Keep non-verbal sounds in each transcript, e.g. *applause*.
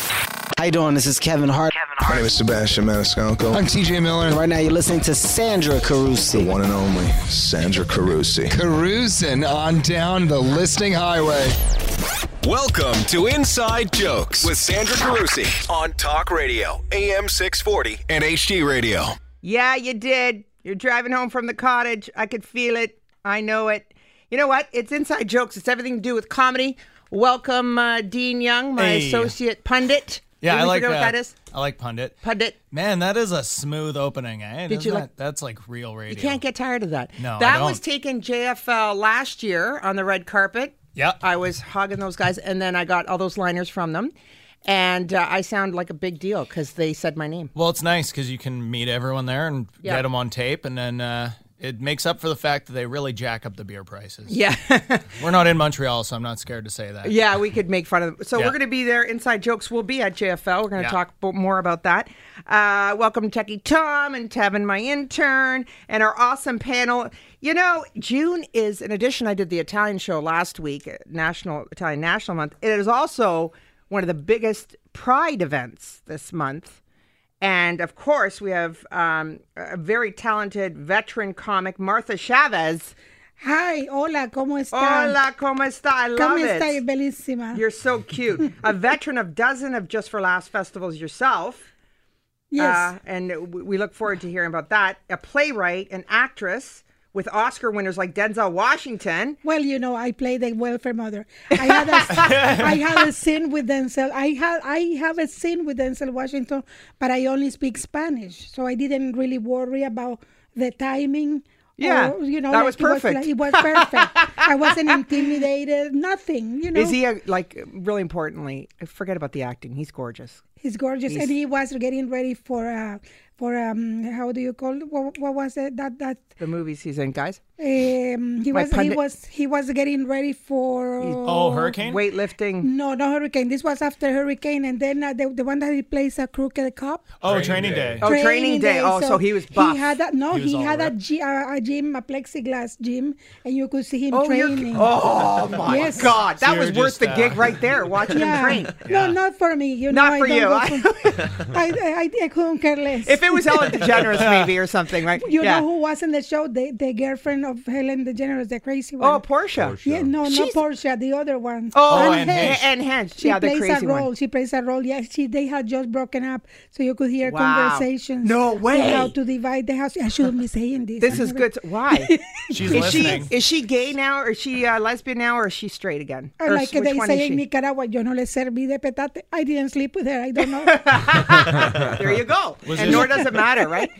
How you doing? This is Kevin Hart. My name is Sebastian Maniscalco. I'm TJ Miller. Right now, you're listening to Sandra Carusi. One and only Sandra Carusi. Carousing on down the listing highway. Welcome to Inside Jokes with Sandra Carusi on Talk Radio, AM 640, and HD Radio. Yeah, you did. You're driving home from the cottage. I could feel it. I know it. You know what? It's inside jokes. It's everything to do with comedy. Welcome, uh, Dean Young, my Hey. associate pundit. Yeah, Did I we like figure out what that is? I like pundit. Pundit. Man, that is a smooth opening. Eh? Did you like- That's like real radio. You can't get tired of that. No, I that don't. was taken JFL last year on the red carpet. Yep. I was hogging those guys, and then I got all those liners from them, and uh, I sound like a big deal because they said my name. well, it's nice because you can meet everyone there and get 'em Yeah. get them on tape, and then uh, it makes up for the fact that they really jack up the beer prices. Yeah, *laughs* We're not in Montreal, so I'm not scared to say that. yeah, we could make fun of them. So Yeah. we're going to be there. Inside jokes will be at JFL. We're going to Yeah. talk bo- more about that. Uh, welcome Techie Tom and Tevin, my intern, and our awesome panel. You know, June is. In addition, I did the Italian show last week, National Italian National Month. It is also one of the biggest Pride events this month. And of course, we have um, a very talented veteran comic, Martha Chavez. Hi, hola, ¿cómo está? Hola, ¿cómo está? I love Oh. ¿Cómo it. está? Bellísima. You're so cute. a veteran of dozen of Just for Laughs festivals yourself. yes. Uh, and w- we look forward to hearing about that. A playwright, an actress with Oscar winners like Denzel Washington. well, you know, I play the welfare mother. I *laughs* had a, I had a scene with Denzel. I had I have a scene with Denzel Washington, but I only speak Spanish, so I didn't really worry about the timing. Yeah, or, you know, that like was it like- perfect. It was, perfect. *laughs* I wasn't intimidated. Nothing, you know. Is he, a, like, really importantly, forget about the acting. He's gorgeous. He's gorgeous, and he was getting ready for uh, for um, how do you call it? What, what was it? That that The movies he's in, guys. Um, he My was pundit- he was he was getting ready for Oh, hurricane. Weightlifting. no no hurricane. This was after hurricane, and then uh, the the one that he plays a crooked cop. Oh, training, day. Oh, Training Day. Oh, so he was buff. He had a, no, He was he, all had a, ripped. gy- a, a gym, a plexiglass gym, and you could see him Oh, you're- training. Oh, my Yes. God. That So was you're worth just, the uh, gig right there, watching Yeah. him train. No, not for me. You Not know, for I you. *laughs* don't go for- I, I, I couldn't care less. If it was *laughs* Ellen DeGeneres, maybe, or something, right? you yeah. know who was in the show, the, the girlfriend of Helen DeGeneres, the crazy one. Oh, Portia. yeah, no, not Portia, the other one. Oh, Oh, and, and Hinge. Hinge. and Hinge. She yeah, the plays crazy a role. one. She plays a role. Yes, she they had just broken up, so you could hear Wow. conversations. No on way. How to divide the house? I shouldn't be saying this. This I is never- good. *laughs* Why? She's is listening. she is she gay now? Or is she uh, lesbian now? Or is she straight again? I Or like s- they which one say is in she? Nicaragua, yo no le serví de petate. I didn't sleep with her. I don't *laughs* know. There you go. and this- nor does it matter, right?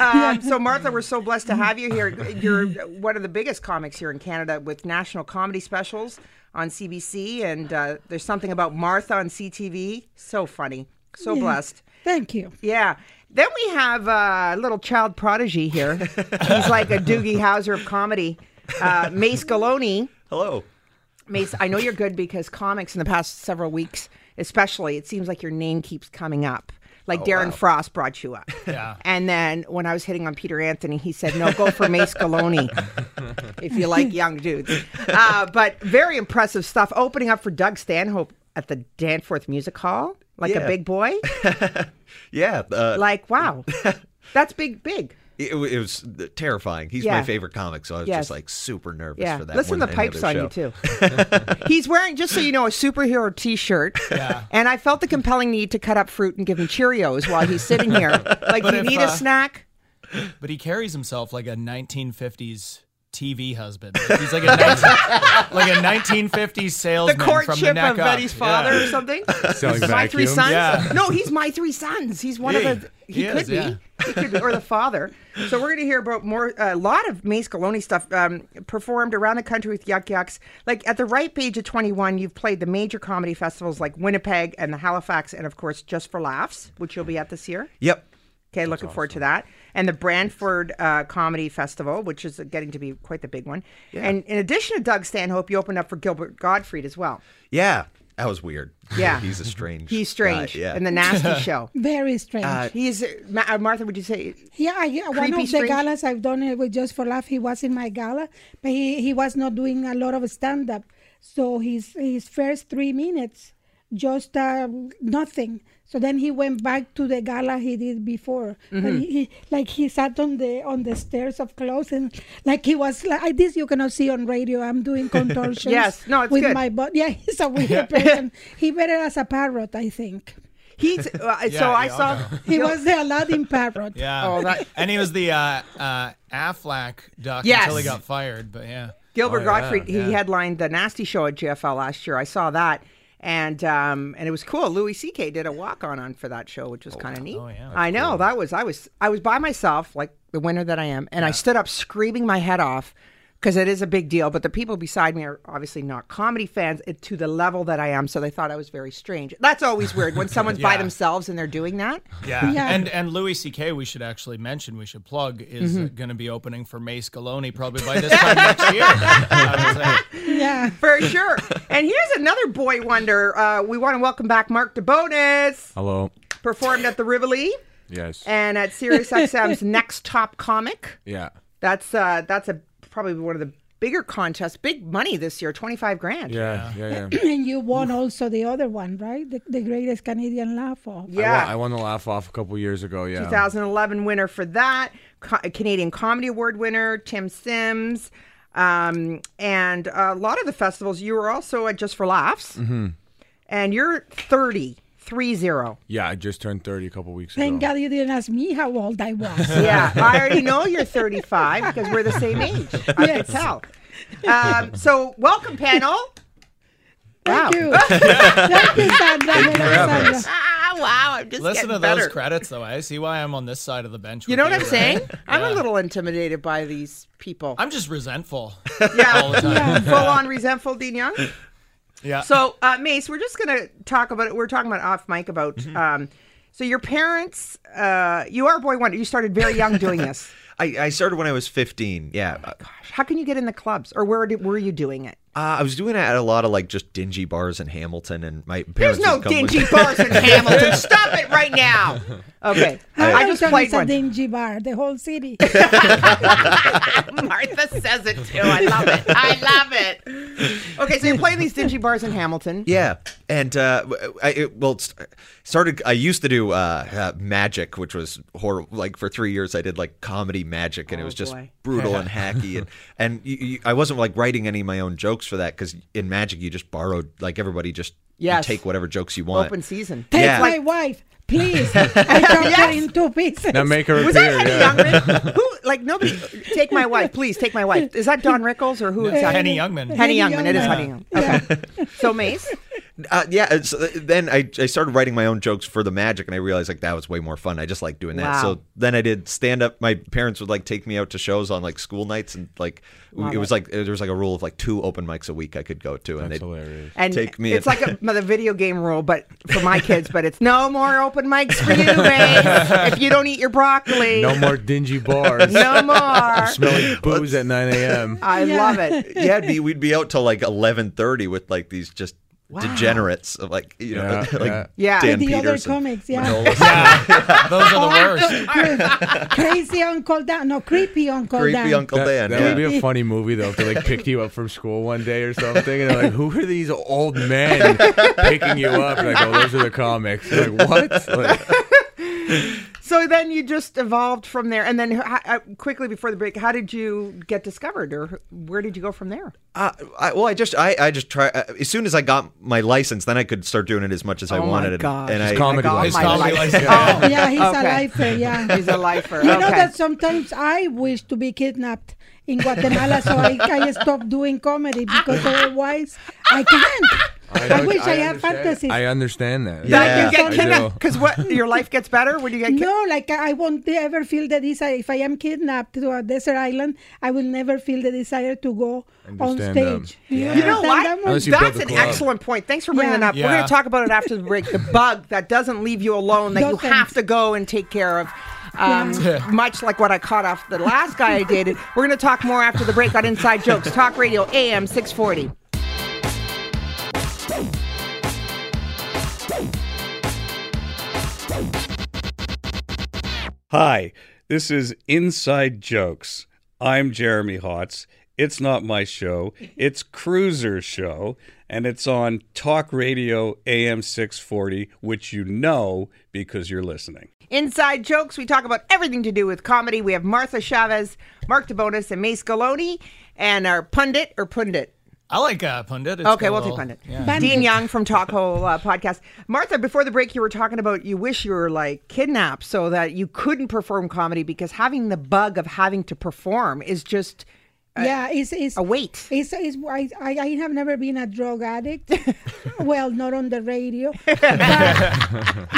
Um, so Martha, we're so blessed to have you here. You're one of the biggest comics here in Canada with national comedy specials on CBC, and uh, there's something about Martha on CTV. So funny. So blessed. Thank you. Yeah. Then we have a little child prodigy here. He's like a Doogie Howser of comedy. Uh, Mace Galone. Hello. Mace, I know you're good because comics in the past several weeks, especially, it seems like your name keeps coming up. Like Darren Frost brought you up. Yeah. And then when I was hitting on Peter Anthony, he said, no, go for Mace Galone if you like young dudes. Uh, but very impressive stuff. Opening up for Doug Stanhope at the Danforth Music Hall, like a Yeah. big boy. Yeah, uh, like wow that's big big it, wa- it was terrifying. He's Yeah. my favorite comic, so I was Yes. just like super nervous yeah for that. listen to one the and pipes on other you show. too he's wearing just so you know a superhero t-shirt yeah. and i felt the compelling need to cut up fruit and give him cheerios while he's sitting here like But you if, need a uh, snack But he carries himself like a 1950s TV husband. Like, He's like a 19- *laughs* like a 1950s the salesman from the courtship neck of up. Betty's father Yeah. or *laughs* something Selling my three vacuums? sons Yeah. no he's my three sons he's one Yeah, of the he, he could is, be yeah. He could be, or the father. So we're going to hear about more a lot of Mace Galone stuff um, performed around the country with Yuck Yucks. Like at the ripe age of 21, you've played the major comedy festivals like Winnipeg and the Halifax, and of course Just for Laughs, which you'll be at this year. Yep. Okay, looking forward to that. And the Brantford uh, Comedy Festival, which is getting to be quite the big one. And in addition to Doug Stanhope, you opened up for Gilbert Gottfried as well. Yeah, that was weird. *laughs* Yeah. he's a strange. He's strange. Guy. Yeah, And the *laughs* Nasty Show. Very strange. He's Ma- uh, Martha. Would you say? yeah, I, one creepy of the strange- galas I've done it with just for laugh. He was in my gala, but he, he was not doing a lot of stand up. So his his first three minutes just uh, nothing. So then he went back to the gala he did before. But Mm-hmm. he, he- like he sat on the on the stairs of clothes and like he was like I, this you cannot see on radio. I'm *laughs* doing contortions. Yes. No, it's with good. my body. Yeah, *laughs* he's a weird *laughs* person. he better as a parrot, I think. He's uh, so *laughs* Yeah, I yeah, saw. *laughs* okay. *laughs* He was the Aladdin parrot. Yeah. Oh, that- and he was the uh, uh, Affleck duck Yes. until he got fired. But yeah. Gilbert Oh, yeah, Gottfried, yeah. he headlined the Nasty Show at JFL last year. I saw that, and um, and it was cool. Louis C.K. did a walk on on for that show, which was kind of neat. Oh, yeah, that's I know that was I was I was by myself, like the winner that I am, and I stood up screaming my head off because it is a big deal. But the people beside me are obviously not comedy fans it- to the level that I am, so they thought I was very strange. That's always weird when someone's by *laughs* Yeah. themselves and they're doing that. Yeah. Yeah. And and Louis C.K. we should actually mention, we should plug, is Mm-hmm. going to be opening for Mace Galone probably by this time *laughs* next year. I would say. Yeah. For sure. and here's another boy wonder. Uh, we want to welcome back Mark DeBonis. Hello. performed at the Rivoli Yes. and at Sirius *laughs* XM's Next Top Comic. yeah. That's uh that's a probably one of the bigger contests, big money this year, 25 grand. Yeah. Yeah. Yeah. *laughs* And you won also the other one, right? The, the greatest Canadian laugh off. I, Yeah. won, I won the laugh off a couple years ago. Yeah. 2011 winner for that, Co- Canadian Comedy Award winner Tim Sims. Um, and a lot of the festivals you were also at Just for Laughs. Mm-hmm. And you're 30, 30. Yeah. I just turned 30 a couple weeks Thank ago. God you didn't ask me how old *laughs* I was. Yeah, I already know you're 35 because we're the same age. I can Yes. tell. Um, so, welcome, panel. Wow. Thank *laughs* you. Thank you, Sandra. Sandra. Ah, wow, I'm just Listen getting to better. those credits, though. I see why I'm on this side of the bench. You with know what I'm right? saying? I'm a Yeah. little intimidated by these people. *laughs* I'm just *laughs* resentful. all yeah, *laughs* the time. full on resentful, Dean Young. Yeah. So, uh, Mace, we're just gonna talk about it. We're talking about off mic about. Mm-hmm. Um, so, your parents, uh, you are a boy wonder. You started very young *laughs* doing this. I, I started when I was 15. Oh Yeah. Uh, How can you get in the clubs, or where did, were you doing it? I was doing it at a lot of like just dingy bars in Hamilton, and my There's parents. no would come with- dingy *laughs* bars in Hamilton. Stop it right now. Okay, I just Hamilton played is a one. dingy bar, the whole city. *laughs* Martha says it too. I love it. I love it. Okay, so you're playing these dingy bars in Hamilton. Yeah, and uh, I it, well it st- started. I used to do uh, uh, magic, which was horrible. Like for three years, I did like comedy magic, and it was just Oh, boy. *laughs* brutal and hacky. And and you, you, I wasn't like writing any of my own jokes for that because in magic you just borrowed. Like everybody just you Yes. take whatever jokes you want. Open season. Take Yeah. my wife, please. *laughs* I chopped her in two pieces. *laughs* Now make her Was appear. that Henny yeah. *laughs* Youngman? Who like nobody? Take my wife, please. Take my wife. Is that Don Rickles or who is that? Henny Youngman. Henny Youngman. It is Youngman. Henny Youngman. *laughs* Okay. So Mace. Uh, yeah, and so then I, I started writing my own jokes for the magic, and I realized like that was way more fun. I just like doing Wow. that. So then I did stand up. My parents would like take me out to shows on like school nights, and like it was like uh, there was like a rule of like two open mics a week I could go to, and That's they *laughs* hilarious. And Take me it's in. like *laughs* a, the video game rule, but for my kids. But it's no more open mics for you, *laughs* Mace. if you don't eat your broccoli, No more dingy bars. *laughs* No more. Smelling booze at 9 a.m. I love it. yeah, it'd be, we'd be out till like eleven thirty with like these just degenerates, of, like you know, *laughs* like *laughs* Yeah, yeah. Yeah. Dan The other Peters and comics, yeah. Manolis. Those are the worst. *laughs* Crazy Uncle Dan. No, creepy Uncle creepy Dan. Uncle Dan. That, that would yeah. be a funny movie though if they like picked you up from school one day or something and they're like, "Who are these old men picking you up?" And I go, "Those are the comics." They're like what? Like, So then you just evolved from there, and then how, uh, quickly before the break, how did you get discovered, or where did you go from there? Uh, I, well, I just I, I just try uh, as soon as I got my license, then I could start doing it as much as I Oh my wanted. and- gosh. And, It's I, comedy God, license. my Comedy life. license. Oh, *laughs* Yeah, he's Okay. a lifer, yeah. He's a lifer. You okay. know that sometimes I wish to be kidnapped in Guatemala, so I, I stopped doing comedy because otherwise I can't. I, don't- wish I, had understand- fantasies. I understand that. Yeah. Like, you get I kidnapped do. because what your life gets better when you get kidnapped. no, like I I won't ever feel the desire. If I am kidnapped to a desert island, I will never feel the desire to go on Understand them. stage. You know understand what? Unless that you build That's a an club. excellent point. Thanks for bringing Yeah. it up. We're Yeah. going to talk about it after the break. The bug that doesn't leave you alone, that you Doesn't. have to go and take care of. Um, Much like what I caught off the last guy I dated. We're going to talk more after the break on Inside Jokes. Talk Radio AM 640. Hi, this is Inside Jokes. I'm Jeremy Hotz, It's not my *laughs* show. It's Cruiser's show, and it's on Talk Radio AM 640, which you know because you're listening. Inside Jokes, we talk about everything to do with comedy. We have Martha Chavez, Mark DeBonis, and Mace Galone, and our pundit or pundit. I like uh, pundit. It's Okay, got a we'll do little- pundit. Yeah. Dean Young from Talk Hole uh, Podcast. Martha, before the break, you were talking about you wish you were like kidnapped so that you couldn't perform comedy because having the bug of having to perform is just yeah, it's it's a weight. It's, it's I, I I have never been a drug *laughs* addict. well, not on the radio, but,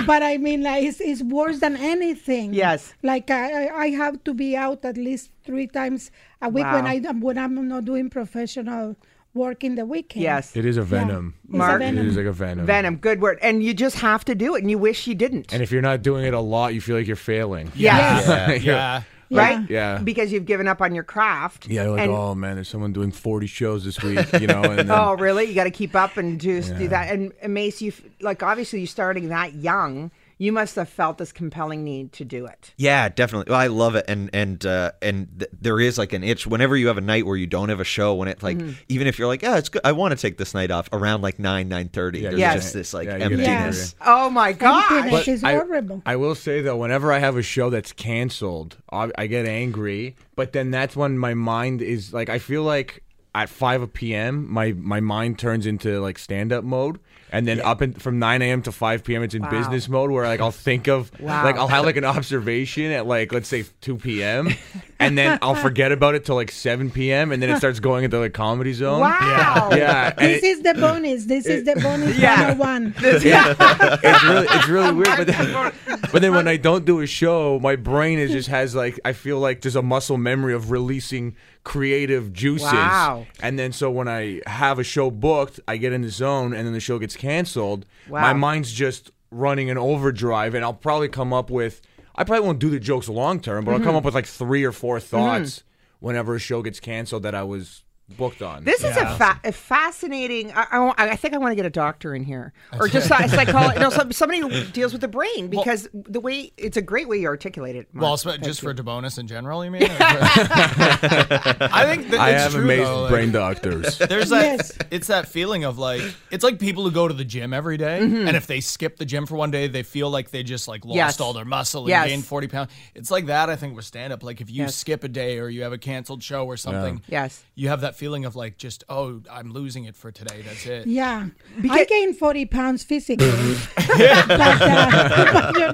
but I mean, like it's, it's worse than anything. Yes. like I I- I have to be out at least three times a week when Wow. I when I'm not doing professional work in the weekend. Yes. It is a venom. It's a Mark- It venom. is like a venom. Venom, good word. And you just have to do it, and you wish you didn't. And if you're not doing it a lot, you feel like you're failing. yes. Yeah. yeah. Right? Yeah. Because you've given up on your craft. Yeah, you're like, And- oh man, there's someone doing 40 shows this week, *laughs* you know. And then, Oh, really? You got to keep up and just do that. And, and Mace, you like obviously you starting that young. You must have felt this compelling need to do it. Yeah, definitely. Well, I love it, and and uh, and th- there is like an itch whenever you have a night where you don't have a show. When it like Mm-hmm. even if you're like, yeah, it's good. I want to take this night off around like nine nine thirty. There's yes. just this like Yeah, you get emptiness. Oh my Emptiness gosh! is I- horrible. I will say though, whenever I have a show that's canceled, I, I get angry. But then that's when my mind is like, I feel like at five p.m. my my mind turns into like stand up mode, and then up in, from nine a.m. to five p.m. it's in business mode where like I'll think of Wow. like I'll have like an observation at like let's say *laughs* two p.m. and then I'll forget about it till like seven p.m. and then it starts going into like comedy zone. Wow. Yeah, and this it- is the bonus. This is the *laughs* bonus Yeah. 101. *laughs* it's really it's really weird. But then, but then when I don't do a show, my brain is just has like I feel like there's a muscle memory of releasing creative juices. Wow. And then so when I have a show booked, I get in the zone, and then the show gets canceled. Wow. My mind's just running an overdrive, and I'll probably come up with I probably won't do the jokes long term, but I'll come up with like three or four thoughts whenever a show gets canceled that I was booked on. This is a, fa- a fascinating. I, I, wa- I think I want to get a doctor in here, or just a psychologist. *laughs* No, some, somebody who deals with the brain because the way it's a great way you articulate it. Mark. Well, sp- just for Debonis in *laughs* general, you mean? *laughs* I think that I it's have true, amazing though, like- brain doctors. There's that. Yes. It's that feeling of like it's like people who go to the gym every day, and if they skip the gym for one day, they feel like they just like lost Mm-hmm. Yes. all their muscle and Yes. gained forty pounds. It's like that. I think with stand up, like if you skip a day or you have a canceled show or something, Yes. you have that feeling of like just oh, I'm losing it for today. That's it. Yeah, I gained forty pounds *laughs* physically, *laughs* but, uh, *laughs* but you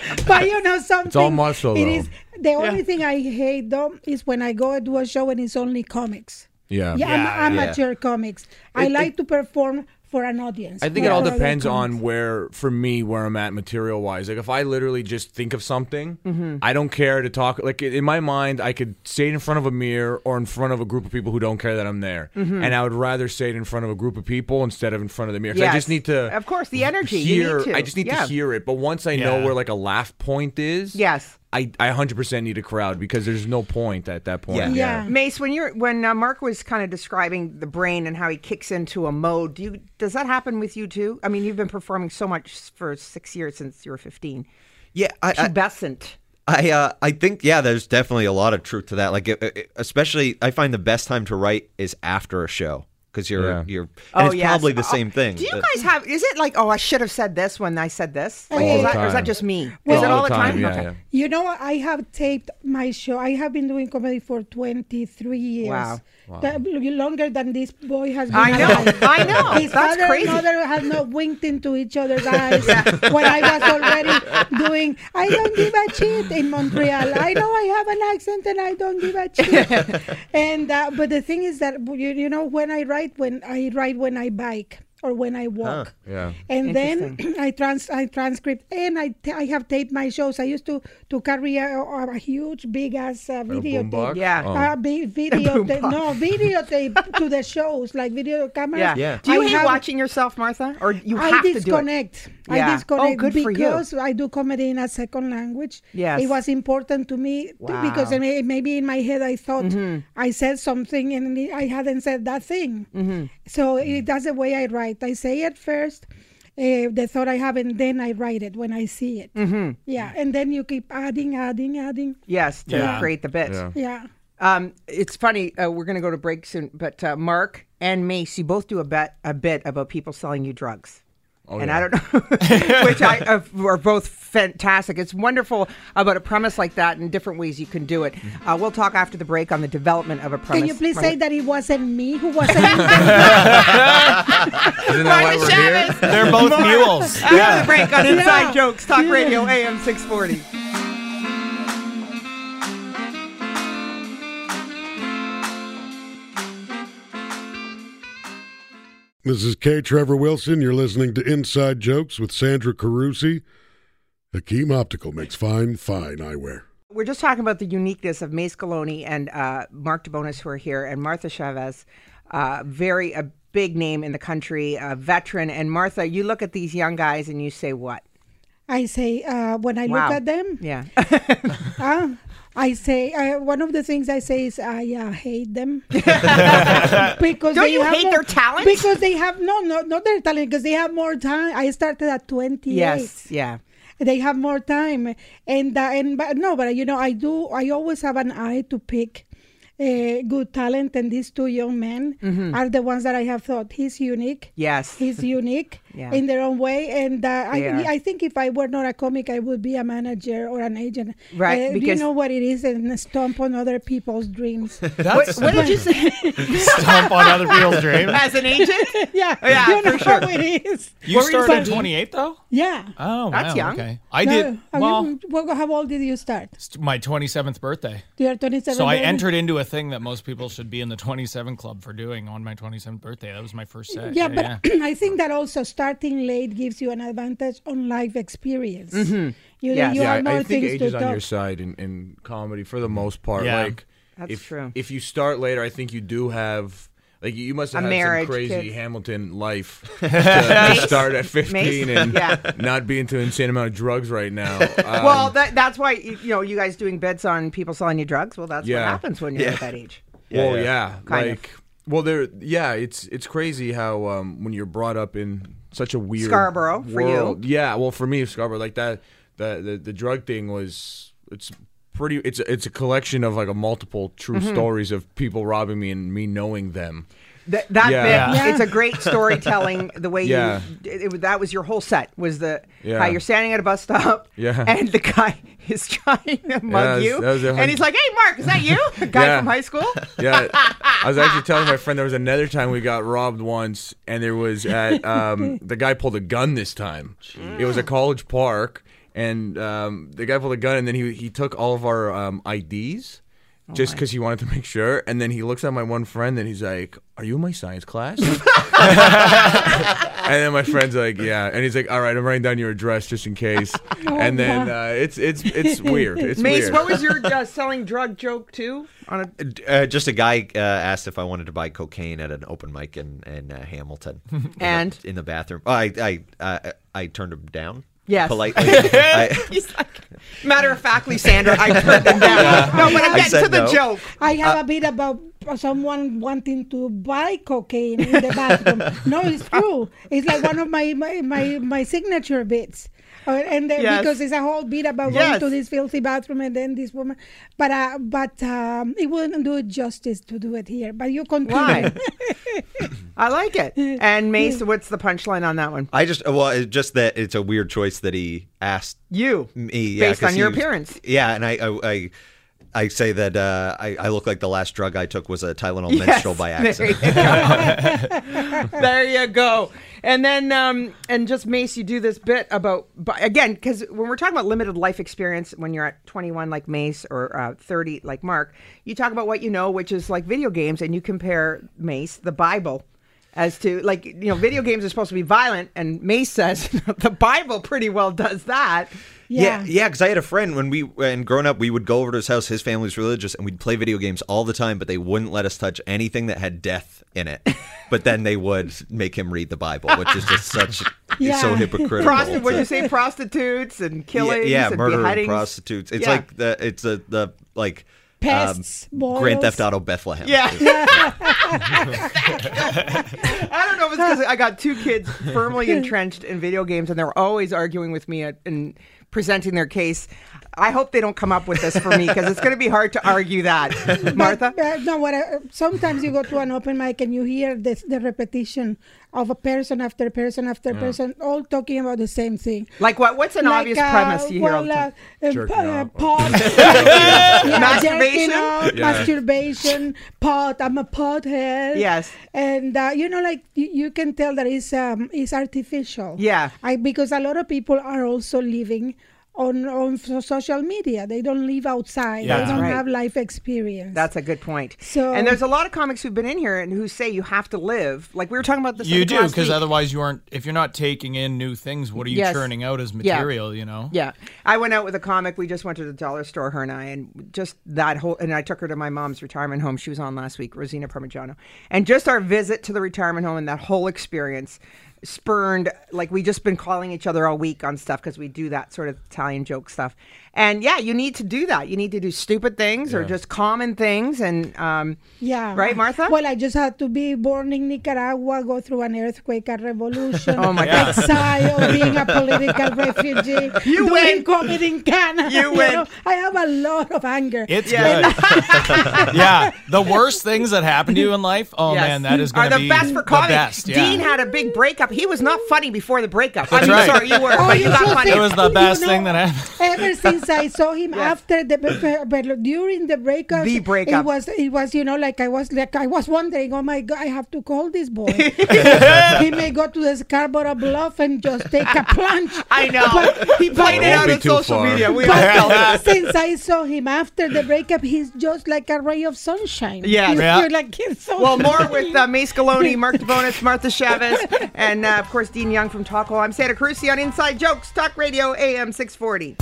know, *laughs* but you know something. all muscle, It though. is the only thing I hate though is when I go and do a show and it's only comics. Yeah. Yeah, am amateur comics. I like to perform for an audience. I think it not all for other depends comics. on where, for me, where I'm at material wise. Like, if I literally just think of something, Mm-hmm. I don't care to talk. Like, in my mind, I could say it in front of a mirror or in front of a group of people who don't care that I'm there. Mm-hmm. And I would rather say it in front of a group of people instead of in front of the mirror. 'Cause I Yes. just need to. Of course, the energy. You Hear, need to. I just need Yeah. to hear it. But once I know Yeah. where, like, a laugh point is, Yes. I, I 100% need a crowd because there's no point at that point. Yeah. Yeah. Mace, when you're when uh, Mark was kind of describing the brain and how he kicks into a mode, do you does that happen with you too? I mean, you've been performing so much for six years since you were fifteen. Yeah, I, Uh, I, Pubescent. I uh, I think yeah, there's definitely a lot of truth to that. Like it, it- especially, I find the best time to write is after a show because you're Yeah. you're. Oh, And it's yes. probably the Oh, same thing. Do you Uh, guys have? Is it like, oh, I should have said this when I said this? Like, All is the that, or is that time. just me? All is it the all the time? time, yeah, Okay. yeah. You know, I have taped my show. I have been doing comedy for 23 years. Wow. That- longer than this boy has been I know. alive. *laughs* I know. His That's father crazy. and mother have not winked into *laughs* each other's eyes when I was already doing, I don't give a shit in Montreal. I know I have an accent and I don't give a shit. *laughs* and, uh, but the thing is that, you, you know, when I write, when I write, when I bike or when I walk. Yeah. And then *clears throat* I trans I transcript and I ta- I have taped my shows. I used to to carry a, a huge big ass uh, video boombox? tape. Yeah. Oh. Uh, *laughs* bi- video tape. No, video tape to the shows like *laughs* video cameras. Yeah. Yeah. Do you Oh. I hate have- watching yourself, Martha? Or you I have to do it? disconnect. Yeah. I Oh, disconnect good for you. because I do comedy in a second language. Yes. It was important to me t- because I may, maybe in my head I thought Mm-hmm. I said something and I hadn't said that thing. Mm-hmm. So it, that's the way I write. I say it first. Uh, the thought I have, and then I write it when I see Mm-hmm. it. Yeah, and then you keep adding, adding, adding. Yes, to Yeah. create the bits. Yeah. Yeah, Um, it's funny. Uh, we're going to go to break soon, but uh, Mark and Mace, you both do a bet a bit about people selling you drugs. Oh, and I don't know, *laughs* which I uh, are both fantastic. It's wonderful about a premise like that and different ways you can do it. Uh, we'll talk after the break on the development of a premise. Mm-hmm. Can you please from- say that it wasn't *laughs* me who was not Isn't that why we're here? They're both mules. After the break on Inside Yeah. Jokes, Talk Yeah. Radio AM 640. This is K. Trevor Wilson. You're listening to Inside Jokes with Sandra Carusi. Hakeem Optical makes fine, fine eyewear. We're just talking about the uniqueness of Mace Galone and uh, Mark DeBonis, who are here, and Martha Chavez, uh, very a big name in the country, a veteran. And Martha, you look at these young guys and you say, "What? I say uh, when I Wow. look at them, *laughs* Yeah, uh, I say uh, one of the things I say is I uh, hate them because Don't they you have hate more- their talent? Because they have no, no, not their talent because they have more time. I started at twenty eight. yes, yeah." they have more time and uh, and but no but you know i do i always have an eye to pick uh, good talent and these two young men are the ones that i have thought he's unique Yes. he's unique Yeah. in their own way and uh, They I, are. I think if i were not a comic i would be a manager or an agent Right, Uh, you because- know what it is and stomp on other people's *laughs* dreams *laughs* What, That's what did you *laughs* say? stomp on other people's dreams. *laughs* As an agent, *laughs* yeah Oh, Yeah, you for know sure. how it is You started at Sorry. 28 though. yeah Oh, That's wow, young. Okay, I No, did. are Well, you- what- how old did you start? it's my 27th birthday. You're 27. So I then? entered into a thing that most people should be in the 27 club for doing on my 27th birthday. That was my first set. yeah, but *clears throat* I think that also starting late gives you an advantage on life experience. Mm-hmm. You, Yes. you yeah, have I, more I think things age to is on talk. your side in, in comedy for the most part. Yeah. Like That's if, true. If you start later, I think you do have like you must A have had marriage, some crazy kids. *laughs* Hamilton life to, to start at Mace? fifteen and Yeah. not be into an insane amount of drugs right now. Um, well, that, that's why you you know you guys doing bets on people selling you drugs. Well, that's what Yeah. happens when you're at that age. well, yeah, Kind of. like well, there, yeah, it's it's crazy how um, when you're brought up in such a weird Scarborough, for you. world. Yeah, well, for me, Scarborough, like that, the the, the drug thing was it's pretty. It's it's a collection of like a multiple true Mm-hmm. stories of people robbing me and me knowing them. Th- that Yeah. bit, Yeah. it's a great *laughs* storytelling. The way Yeah. you, it, it- that was your whole set was the Yeah. how you're standing at a bus stop, *laughs* Yeah. and the guy *laughs* is trying to mug that's- you, that was a and hun- he's like, "Hey, Mark, is that *laughs* you? The guy Yeah. from high school?" *laughs* Yeah, I was actually telling my friend there was another time we got robbed once, and there was at um, the guy pulled a gun this time. It was a college park, and um, the guy pulled a gun, and then he he took all of our um, IDs. Oh Just because he wanted to make sure, and then he looks at my one friend, and he's like, "Are you in my science class?" *laughs* and then my friend's like, "Yeah," and he's like, "All right, I'm writing down your address just *laughs* in case." and then uh, it's it's it's weird. It's Oh Mace, weird. what was your uh, selling drug joke too? *laughs* On a, Uh, just a guy uh, asked if I wanted to buy cocaine at an open mic in, in uh, *laughs* Hamilton. And? in the bathroom, Oh, I I uh, I turned him down. Yes. *laughs* politely. I, he's like, matter of factly, Sandra, I turned him down. No, but I'm I getting said to the no. joke. I have a bit about someone wanting to buy cocaine in the bathroom. no, it's true. It's like one of my my my, my signature bits. Uh, and then, Yes. because it's a whole bit about Yes. going to this filthy bathroom and then this woman, but uh, but um, it wouldn't do it justice to do it here. But you continue. *laughs* Why? I like it. And Mace, what's the punchline on that one? I just well, it's just that it's a weird choice that he asked You, me yeah, based 'cause on he your was- appearance. Yeah, and I I, I, I say that uh, I, I look like the last drug I took was a Tylenol menstrual *laughs* by accident. *laughs* there you go. And then, um, and just Mace, you do this bit about but again because when we're talking about limited life experience, when you're at 21 like Mace or uh, 30 like Mark, you talk about what you know, which is like video games, and you compare Mace the Bible as to like you know video games are supposed to be violent, and Mace says *laughs* the Bible pretty well does that. *laughs* Yeah, Yeah. yeah. Because I had a friend when we and growing up, we would go over to his house. His family's religious, and we'd play video games all the time. But they wouldn't let us touch anything that had death *laughs* in it. but then they would make him read the Bible, which is just such Yeah. it's so hypocritical. Prosti- what to- you say, prostitutes and killings, yeah, yeah and murder and beheadings. prostitutes. It's Yeah. like the it's the the like um, Pests, Grand boils. Theft Auto Bethlehem. Yeah. *laughs* I don't know if *laughs* it's because I got two kids firmly entrenched in video games, and they're always arguing with me at, in presenting their case. I hope they don't come up with this for me because it's going to be hard to argue *laughs* that. Martha? Uh, no, what I, sometimes you go to an open mic and you hear this, the repetition of a person after person after Yeah. person, all talking about the same thing. Like what? What's an Like, obvious uh, premise you hear all well, the time? uh, Jerking uh, off. pot, *laughs* yeah, jerking Masturbation? off, Yeah. masturbation, pot. I'm a pothead. Yes. and uh, you know, like you, you can tell that it's um it's artificial. Yeah. I, because a lot of people are also living. On, on so- social media, they don't live outside. Yeah. they That's don't right. have life experience. That's a good point. So- and there's a lot of comics who've been in here and who say you have to live. Like we were talking about this. I you think, do last because week. otherwise you aren't. If you're not taking in new things, what are you Yes. churning out as Yeah. material? You know. Yeah. I went out with a comic. We just went to the dollar store, her and I, and just that whole, and I took her to my mom's retirement home. She was on last week, Rosina Parmigiano. And just our visit to the retirement home and that whole experience spurned, like, we just been calling each other all week on stuff because we do that sort of Italian joke stuff. And yeah, you need to do that. You need to do stupid things or Yeah. just common things. And, um, Yeah. Right, Martha? Well, I just had to be born in Nicaragua, go through an earthquake, a revolution, *laughs* Oh, my God. exile, being a political refugee, *laughs* You doing win. COVID in Canada. *laughs* You win. know, I have a lot of anger. It's *laughs* And good. *laughs* yeah. The worst things that happen to you in life. Oh Yes. man, that is are going to the be best for comedy. The best, yeah. Dean had a big breakup. He was not funny before the breakup. That's I mean, right. sorry, you were, Oh, but you you got just funny. It was the best thing that happened. Ever since I *laughs* saw him after the but- but during the breakup, The breakup. it was it was you know like I was like I was wondering, oh my god, I have to call *laughs* this boy. he may go to the Scarborough Bluff and just take a plunge. *laughs* I know. he played it won't out be on too social far. media. *laughs* We all felt it. *laughs* But since I saw him after the breakup, he's just like a ray of sunshine. Yeah. He's Yeah. just like he's so Well, *laughs* more with uh, Mace Galone, Mark Debonis, Martha Chavez, and uh, of course Dean Young from Talk Hole. I'm Santa Cruz on Inside Jokes, Talk Radio, AM 640.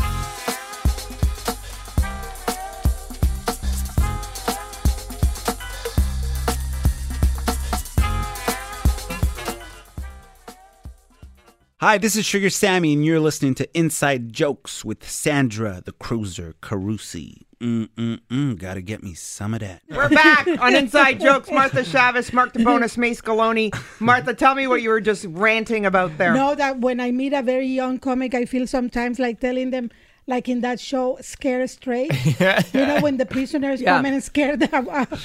Hi, this is Sugar Sammy, and you're listening to Inside Jokes with Sandra the Cruiser Carusi. Mm-mm-mm, gotta get me some of that. We're back on Inside Jokes. Martha Chavez, Mark Debonis, Mace Galone. Martha, tell me what you were just ranting about there. know that when I meet a very young comic, I feel sometimes like telling them, like in that show, Scare *laughs* Straight. You know, when the prisoners Yeah. come and scare the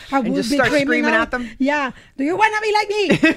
*laughs* I, would just be start criminal. screaming at them? Yeah. Do you want *laughs* to be like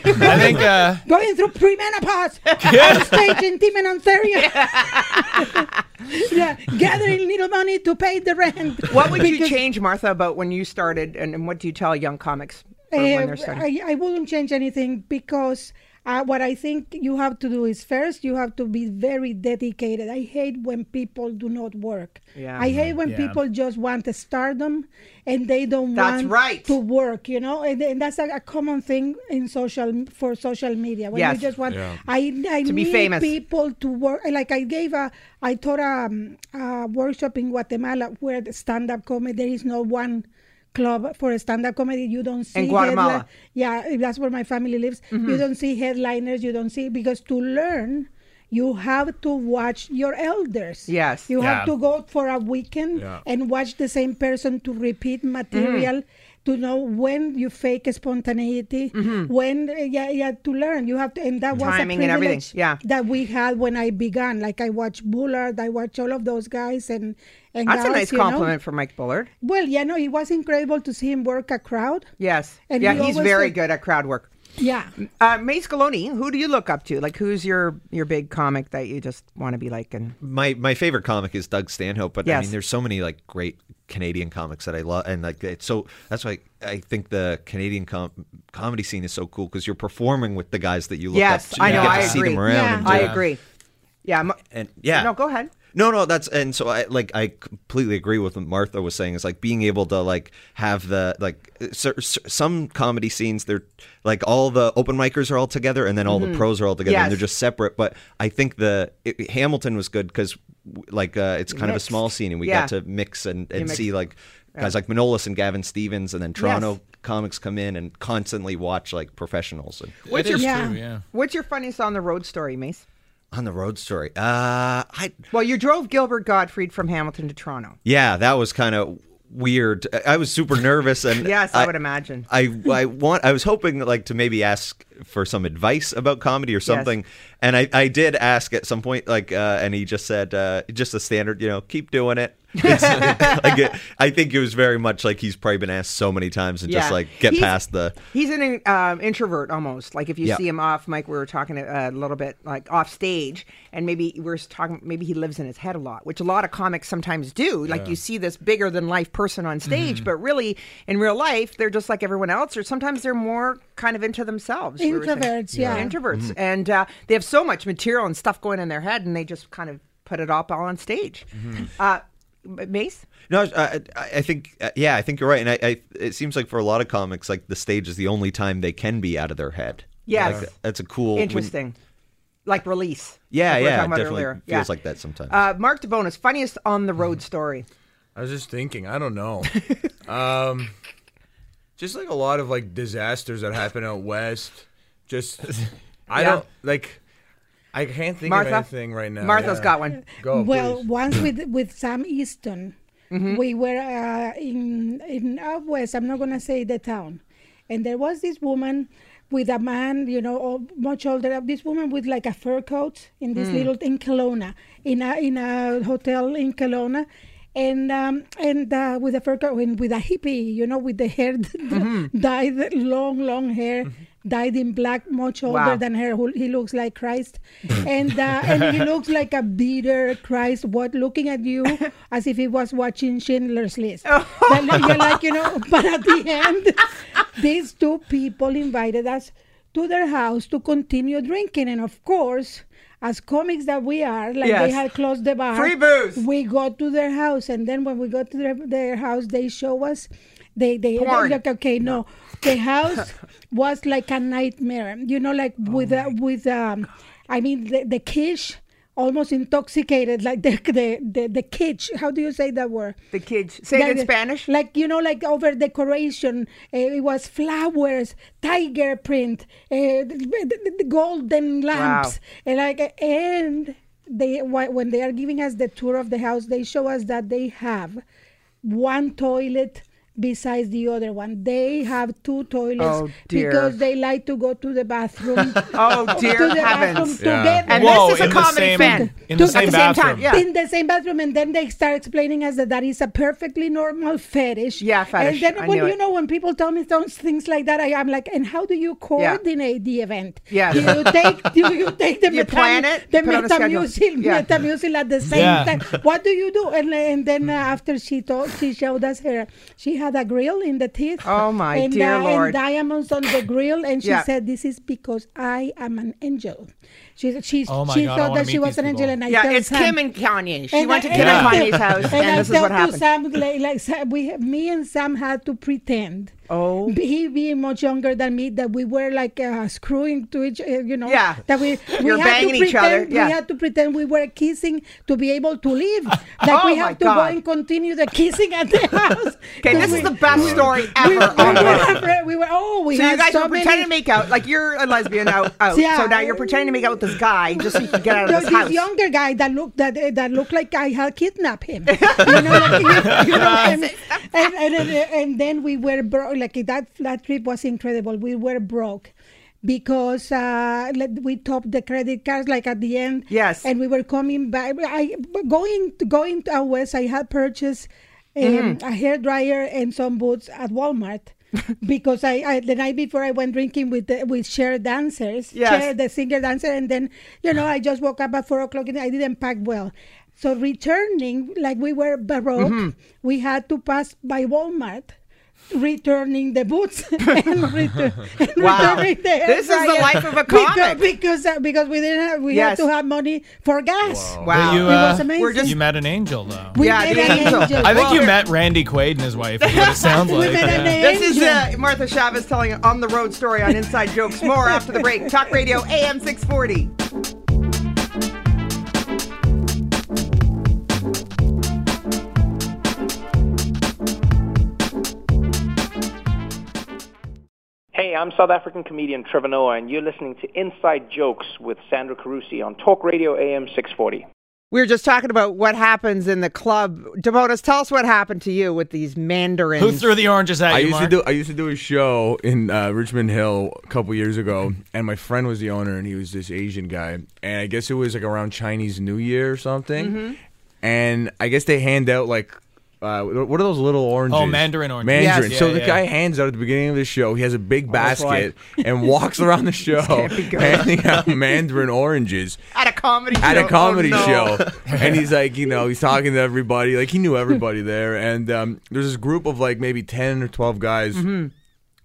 me? I think. Uh, Going through premenopause on stage in Timon, Ontario. *laughs* yeah, gathering little money to pay the rent. What would you Because- change, Martha, about when you started, and, and what do you tell young comics for when Uh, they're starting? I, I wouldn't change anything because uh, what I think you have to do is first you have to be very dedicated. I hate when people do not work. Yeah. I hate when Yeah. people just want the stardom and they don't That's want right. to work. You know, and, and that's a, a common thing in social for social media when Yes. you just want. I I To be need famous. people to work. Like I gave a I taught a, um, a workshop in Guatemala where the stand up comedy there is no one club for stand up comedy you don't see In Guatemala. Mm-hmm. headli- yeah, that's where my family lives. You don't see headliners. You don't see because to learn, you have to watch your elders. Yes. you have Yeah. to go for a weekend Yeah. and watch the same person to repeat material. Mm-hmm. To know when you fake spontaneity, when yeah, yeah, to learn you have to, and that was Timing a and everything, privilege yeah. that we had when I began. Like I watched Bullard, I watched all of those guys, and and That's a gals, nice you know. compliment for Mike Bullard. Well, yeah, no, it was incredible to see him work a crowd. Yes. And yeah, he he's always very said- good at crowd work. Yeah. Uh, Mace Galone, who do you look up to? Like, who's your your big comic that you just want to be like? And my my favorite comic is Doug Stanhope, but I Yes. mean, there's so many like great Canadian comics that I love, and like it's so that's why I think the Canadian com- comedy scene is so cool because you're performing with the guys that you look Yes, up to. I you know, get I to see them agree. around. Yeah. And I do- agree. Yeah. mo- And yeah, No, go ahead. No, no, that's and so I like I completely agree with what Martha was saying. Is like being able to like have the like cer- cer- some comedy scenes they're like all the open micers are all together and then all the pros are all together Mm-hmm. Yes. and they're just separate. But I think the it, Hamilton was good because like uh, it's kind of a Mixed. small scene and we got Yeah. to mix and, and mix. see like guys like Manolis and Gavin Stevens and then Toronto comics come in and constantly watch like professionals and What's it your is Yeah. true, yeah. What's your funniest on the road story, Mace? on the road story. Uh, I Well, you drove Gilbert Gottfried from Hamilton to Toronto. Yeah, that was kind of weird. I- I was super nervous, *laughs* and Yes, I would imagine. I I want I was hoping like to maybe ask for some advice about comedy or something. And I, I did ask at some point, like, uh, and he just said, uh, just the standard, you know, keep doing *laughs* it. It's- *laughs* like it, I think it was very much like he's probably been asked so many times and just Yeah. like get He's- past the. He's an um, introvert almost. Like if you Yeah. see him off, Mike, we were talking uh, a, a little bit like off stage, and maybe we're talking. Maybe he lives in his head a lot, which a lot of comics sometimes do. Like Yeah. you see this bigger than life person on stage, Mm-hmm. Mhm. but really in real life, they're just like everyone else. Or sometimes they're more kind of into themselves. we were saying. Introverts, yeah. Yeah. introverts, Mm-hmm. Mhm. and uh, they have so much material and stuff going in their head, and they just kind of put it all on stage. Mm-hmm. Uh, Mace. No, I, I, I think uh, yeah, I think you're right, and I, I it seems like for a lot of comics, like the stage is the only time they can be out of their head. Yes. Like, that's a cool when- Interesting. like release. Yeah, like we were yeah, talking about definitely earlier. feels like that Mm-hmm. sometimes. Uh, Mark DeBonis, funniest on the road story. I was just thinking. I don't know. *laughs* um, just like a lot of like disasters that happen out west. Just *laughs* I Yeah. don't like. I can't think Martha? of anything right now. Martha's Martha's got one. Go. well, please. Mm-hmm. once with with Sam Easton, we were uh, in in out west. I'm not gonna say the town, and there was this woman with a man, you know, o- much older. This woman with like a fur coat in this Mm. little in Kelowna, in a in a hotel in Kelowna. And um, and uh, with a fur coat and with a hippie, you know, with the hair *laughs* Mm-hmm. dyed long, long hair, dyed in black, much older Wow. than her. who- He looks like Christ, and uh, and he *laughs* looks like a bitter Christ, what looking at you as if he was watching Schindler's List. Oh. But like- you're like, you know, *laughs* but at the *laughs* end, these two people invited us to their house to continue drinking, and of course. As comics that we are, like they Yes. had closed the bar. Free booze. We go to their house, and then when we go to their, their house, they show us. They they Porn. like okay no, the house was like a nightmare. You know, like with uh, with um, I mean the, the kids almost intoxicated, like the the the, the kids. How do you say that word? The kids. Say it in Spanish. Like you know, like over decoration. Uh, it was flowers, tiger print, uh, the, the- the golden lamps, and like and they wh- when they are giving us the tour of the house, they show us that they have one toilet besides the other one. They have two toilets Oh, dear. because they like to go to the bathroom. *laughs* Oh, dear *laughs* to the heavens. Bathroom Yeah. together. And Whoa, this is a in the comedy same- fan. in the To- same at bathroom. yeah. In the same bathroom, and then they start explaining us that that is a perfectly normal fetish. Yeah, fetish. And I then when knew you it. know when people tell me those things like that, I, I'm like, and how do you coordinate the event? Yes. Do you take *laughs* do you take the You plan metamu- it, the put it on a schedule. metamucil, Yeah. metamucil at the same Yeah. time? What do you do? And and then uh, Mm. after she told, she showed us her, she had a grill in the teeth. Oh, my and, dear Lord. And diamonds on the grill, and she Yeah. said, "This is because I am an angel." She she Oh, my she God, I thought wanna that meet she was these an angel, and I yeah, told it's Sam- Kim and Kanye. She and went I- to Kim I and Kanye's tell- house, and, I this is tell what to happened. Sam, like, like, Sam, we, me and Sam had to pretend. Oh, he being much younger than me, that we were like uh, screwing to each, uh, you know, Yeah. that we we You're had to banging pretend, each other, yeah. we had to pretend we were kissing to be able to leave. Like Oh we my have to God. go and continue the kissing at *laughs* the house. Okay, this is the best story We, ever. on earth. were, we were oh, we so had you guys so were many- pretending to make out, like you're a lesbian *laughs* out, out. Yeah. So now you're pretending to make out with this guy just so you can get out There of this was this house. younger guy that looked that that looked like I had kidnapped *laughs* him. you know, like, *laughs* you, you know and, and, and, and, and then we were broke. Like that that trip was incredible. We were broke because uh, like, we topped the credit cards like at the end. Yes, and we were coming back. I going going to out west. I had purchased um, Mhm. a hair dryer and some boots at *laughs* Walmart. because I, I the night before I went drinking with the, with Cher dancers, Yes. Cher, the singer dancer, and then you know I just woke up at four o'clock and I didn't pack well. So returning, like we were baroque, Mhm. we had to pass by Walmart, returning the boots *laughs* and, return, and Wow. returning the hair This is the dryer life of a *laughs* because comic. because, uh, because we didn't have, we Yes. had to have money for gas. But You, it was uh, amazing. you met an angel, though. We Yeah, met the an angel. angel. I think you Well- *laughs* met Randy Quaid and his wife. is what *laughs* it sounds like. Yeah. This is *laughs* uh, Martha Chavez telling an on the road story on Inside Jokes. More after the break. Talk Radio AM 640. Hey, I'm South African comedian Trevor Noah, and you're listening to Inside Jokes with Sandra Carusi on Talk Radio AM 640. we were just talking about what happens in the club. Demotis, tell us what happened to you with these mandarins. Who threw the oranges at I you, used Mark? to do I used to do a show in uh, Richmond Hill a couple years ago, and my friend was the owner, and he was this Asian guy, and I guess it was like around Chinese New Year or something, Mhm. and I guess they hand out like. Uh, what are those little oranges? Oh, mandarin oranges. Mandarin. Yes. so Yeah, the yeah. Oh, guy hands out at the beginning of the show. He has a big that's why. basket and *laughs* walks around the show can't be good. handing out mandarin oranges at a comedy at show. a comedy Oh, no. *laughs* show and he's like you know he's talking to everybody like he knew everybody there and um, there's this group of like maybe 10 or 12 guys Mm-hmm. Mhm.